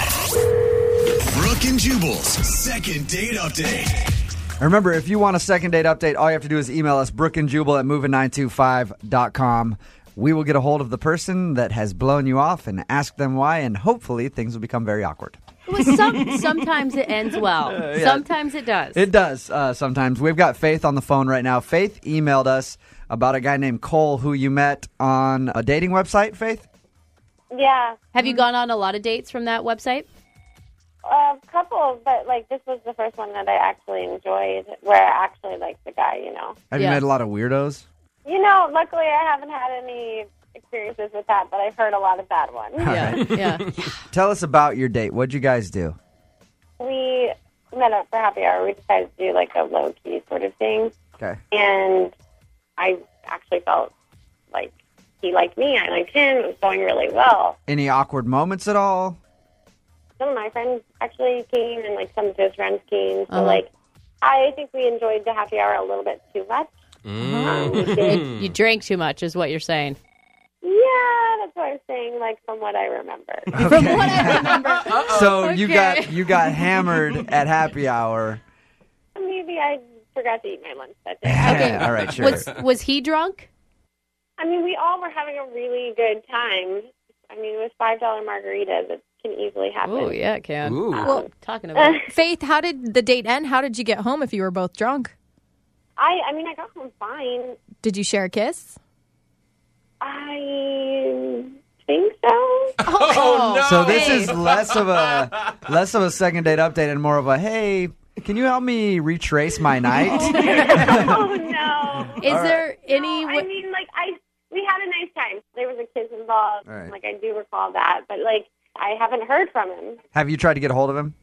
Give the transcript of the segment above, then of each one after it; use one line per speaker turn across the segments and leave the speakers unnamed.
92.5. Brooke and Jubal's second date update.
And remember, if you want a second date update, all you have to do is email us, brookandjubal at moving925.com. We will get a hold of the person that has blown you off and ask them why, and hopefully things will become very awkward.
Well, some, sometimes it ends well.
Uh, yeah.
Sometimes it does.
It does uh, sometimes. We've got Faith on the phone right now. Faith emailed us about a guy named Cole who you met on a dating website, Faith?
Yeah,
Have you gone on a lot of dates from that website?
a couple, but like this was the first one that I actually enjoyed, where I actually liked the guy. You know,
Have you
Yeah.
met a lot of weirdos?
you know. Luckily, I haven't had any experiences with that, but I've heard a lot of bad ones.
yeah. Yeah.
Tell us about your date. What'd you guys do?
We met up for happy hour. We decided to do like a low key sort of thing,
Okay.
and I actually felt like he liked me. I liked him. It was going really well.
Any awkward moments at all?
some of my friends actually came and like some of his friends came. So
Uh-huh.
like I think we enjoyed the happy hour a little bit too much. Um, we did-
You drank too much, is what you're saying.
yeah, that's what I'm saying, like from what I remember.
From what I remember.
So you
Okay.
got you got hammered at happy hour.
Maybe I forgot to eat my lunch that day.
Okay.
all right, sure.
Was, was he drunk?
I mean, we all were having a really good time. I mean, it was five dollar margaritas. It can easily happen.
Oh, yeah, it can.
Ooh.
Well, uh, talking about it.
Faith, how did the date end? How did you get home if you were both drunk?
I I mean, I got home fine.
Did you share a kiss?
I think so.
Oh, no.
So this is less of a less of a second date update and more of a hey, can you help me retrace my night?
oh no.
Is there any.
No,
wa-
I mean, like I, we had a nice time. There was a kiss involved.
All right.
Like I do recall that, but like I haven't heard from him
Have you tried to get a hold of him?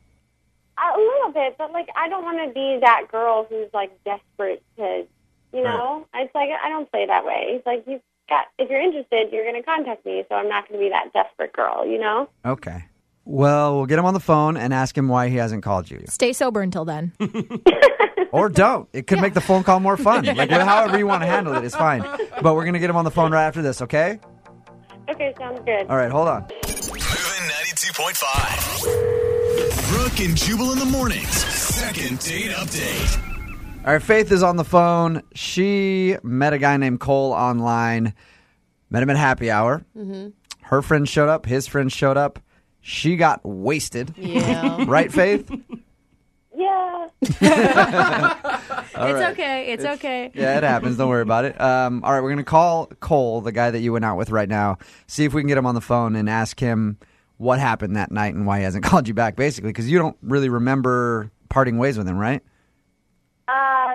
a little bit. But like I don't want to be that girl who's like desperate to, you know. It's like I don't play that way. It's like you got if you're interested, you're going to contact me. So I'm not going to be that desperate girl, you know.
Okay. Well, we'll get him on the phone and ask him why he hasn't called you.
Stay sober until then.
Or don't. It could make the phone call more fun. Like however you want to handle it is fine. But we're gonna get him on the phone right after this, okay?
Okay, sounds good.
All right, hold on.
Moving 92.5. Brooke and Jubal in the mornings. Second date update.
All right, Faith is on the phone. She met a guy named Cole online, met him at happy hour. Her friend showed up, his friend showed up. She got wasted.
yeah.
Right, Faith?
Yeah.
it's okay. It's, okay.
yeah, it happens. Don't worry about it. Um, all right, we're going to call Cole, the guy that you went out with right now, see if we can get him on the phone and ask him what happened that night and why he hasn't called you back, basically, because you don't really remember parting ways with him, right?
Uh,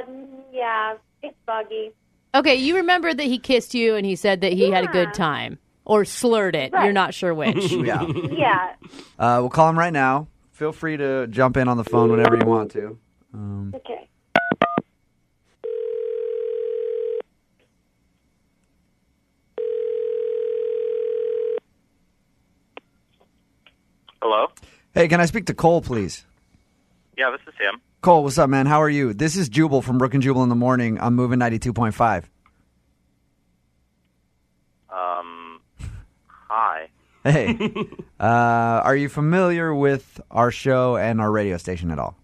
yeah. It's buggy.
Okay, you remember that he kissed you and he said that he had a good time or slurred it. You're
Right.
not sure which.
Yeah.
Yeah.
uh, we'll call him right now. Feel free to jump in on the phone whenever you want to.
okay.
Hello.
Hey, can I speak to Cole, please?
Yeah, this is him.
Cole, what's up, man? How are you? This is Jubal from Brook and Jubal in the Morning. I'm moving 92.5.
Um, hi.
Hey, uh, are you familiar with our show and our radio station at all?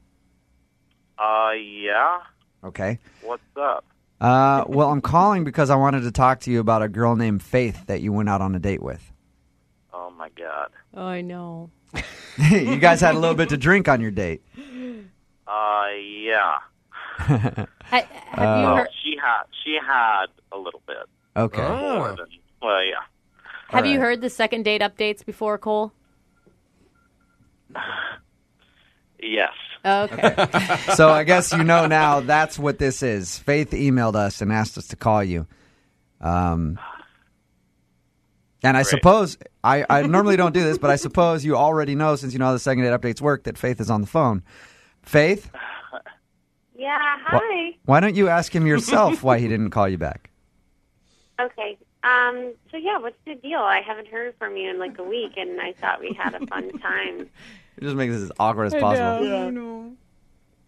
Uh, yeah.
Okay.
What's up?
Uh, well, I'm calling because I wanted to talk to you about a girl named Faith that you went out on a date with.
Oh my God.
Oh, I know.
you guys had a little bit to drink on your date.
Uh, yeah.
Ha- have you
Well,
heard,
she had she had a little bit
Okay.
more than. Well, yeah.
have you
right.
heard the second date updates before, Cole?
Yes.
Okay.
So I guess you know now that's what this is. Faith emailed us and asked us to call you. Um, and I suppose I, I normally don't do this, but I suppose you already know since you know how the second date updates work that Faith is on the phone. Faith,
Yeah. Hi.
why don't you ask him yourself why he didn't call you back?
Okay. Um, so yeah, what's the deal? I haven't heard from you in like a week, and I thought we had a fun time.
Just make this as awkward as possible.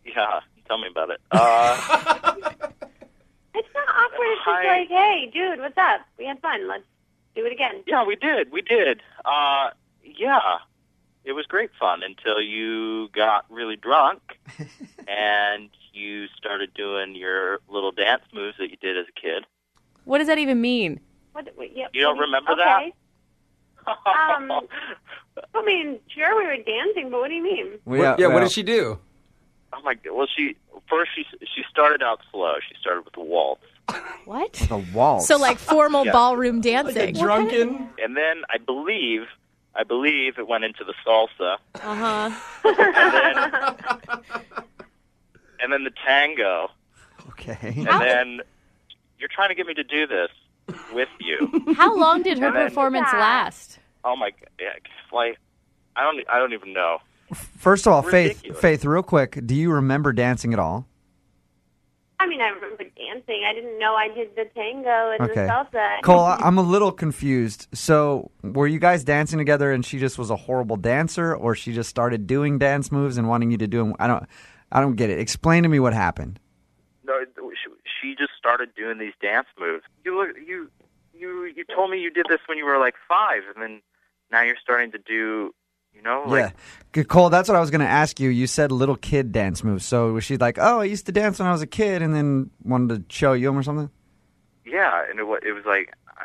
Yeah. Tell me about it. Uh,
It's not awkward. It's just
Hi.
like, hey, dude, what's up? We had fun. Let's do it again.
yeah, we did. We did. Uh, yeah. it was great fun until you got really drunk and you started doing your little dance moves that you did as a kid.
What does that even mean?
What, what- yeah,
You don't
what do
remember
okay. Um, I mean, sure, we were dancing, but what do you mean?
We-
What- yeah, what
well,
did she do?
oh my god! Well, she first she she started out slow. She started with the waltz,
What?
The waltz.
So like formal
Yeah.
ballroom dancing.
Drunken?
and then I believe I believe it went into the salsa,
Uh huh.
and then the tango,
okay.
and then you're trying to get me to do this with you.
How long did her
And then-
performance last?
oh my god! Yeah, like I don't e, I don't even know.
First of all, Faith,
Ridiculous.
Faith, real quick, do you remember dancing at all?
I mean, I remember dancing. I didn't know I did the tango and
Okay.
the salsa.
Cole, I- I'm a little confused. So, were you guys dancing together, and she just was a horrible dancer, or she just started doing dance moves and wanting you to do them? I don't, I don't get it. Explain to me what happened.
No, she, she just started doing these dance moves. You look, you, you, you told me you did this when you were like five, and then now you're starting to do, you know, like
yeah, Good, Cole, that's what I was going to ask you. You said little kid dance moves. So was she like, "Oh, I used to dance when I was a kid," and then wanted to show you them or something?
yeah, and it was, it was like, I-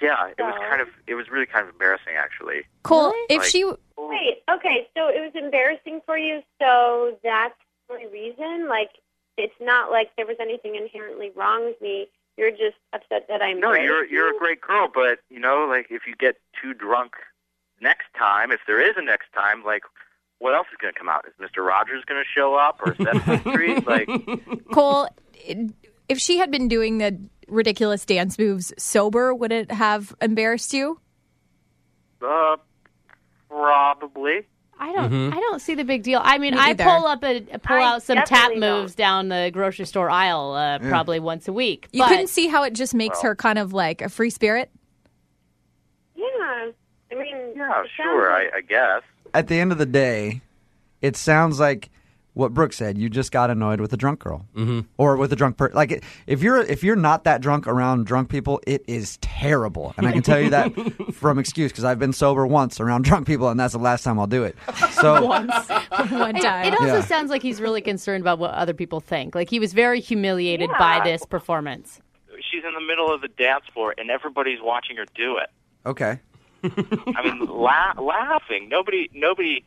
yeah, it was
So-
kind of, it was really kind of embarrassing actually.
Cole, if
Like-
she
Wait, okay, so it was embarrassing for you, so that's the only reason? Like, it's not like there was anything inherently wrong with me. You're just upset that I'm
No, you're you're a great girl, but you know, like if you get too drunk next time, if there is a next time, like. What else is going to come out? Is Mr. Rogers going to show up or Sesame Street? Like,
Cole, if she had been doing the ridiculous dance moves sober, would it have embarrassed you?
uh, probably.
I don't. I don't see the big deal. I mean,
Me
I
either.
pull up a pull
I
out some tap
definitely
moves down the grocery store aisle uh, probably once a week.
You
but
couldn't see how it just makes her kind of like a free spirit.
Yeah. I mean,
Yeah,
it sounds
sure,
like-
I, I guess.
At the end of the day, it sounds like what Brooke said. You just got annoyed with a drunk girl, mm-hmm. or with a drunk person. Like it- if you're if you're not that drunk around drunk people, it is terrible. And I can tell you that from excuse because I've been sober once around drunk people, and that's the last time I'll do it. So
One
It
time.
also
Yeah.
sounds like he's really concerned about what other people think. Like he was very humiliated by this performance.
She's in the middle of the dance floor, and everybody's watching her do it.
okay,
I mean, la- laughing. Nobody, nobody,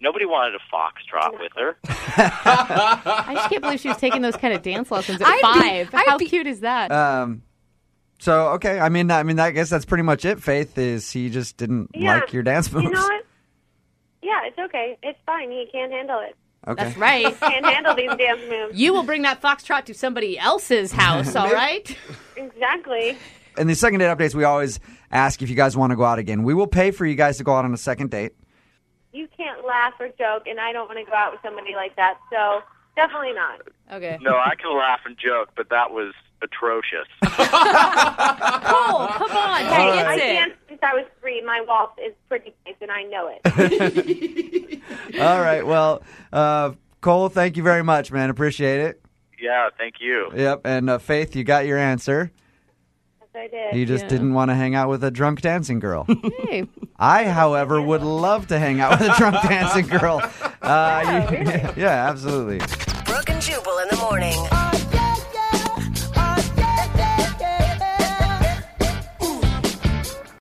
nobody wanted a foxtrot with her.
I just can't believe she was taking those kind of dance lessons at
I'd be-
five.
I'd
How
be-
cute is that?
um, so okay. I mean, I mean, I guess that's pretty much it. Faith is he just didn't
Yeah.
like your dance moves.
You know what? Yeah, it's okay. It's fine. He can't handle it.
Okay.
That's right.
Can't handle these dance moves.
You will bring that foxtrot to somebody else's house, all right?
Exactly.
in the second date updates, we always ask if you guys want to go out again. We will pay for you guys to go out on a second date.
You can't laugh or joke, and I don't want to go out with somebody like that, so definitely not.
Okay.
No, I can laugh and joke, but that was atrocious.
Cole, come on. He gets
I
it.
danced since I was three. My waltz is pretty nice, and I know it.
All right. Well, uh, Cole, thank you very much, man. Appreciate it.
yeah, thank you.
Yep. And uh, Faith, you got your answer.
Yes, I did.
You just
Yeah.
didn't want to hang out with a drunk dancing girl.
Hey,
I, however, would love to hang out with a drunk dancing girl. Uh, you- yeah, absolutely.
Brooke and Jubal in the morning.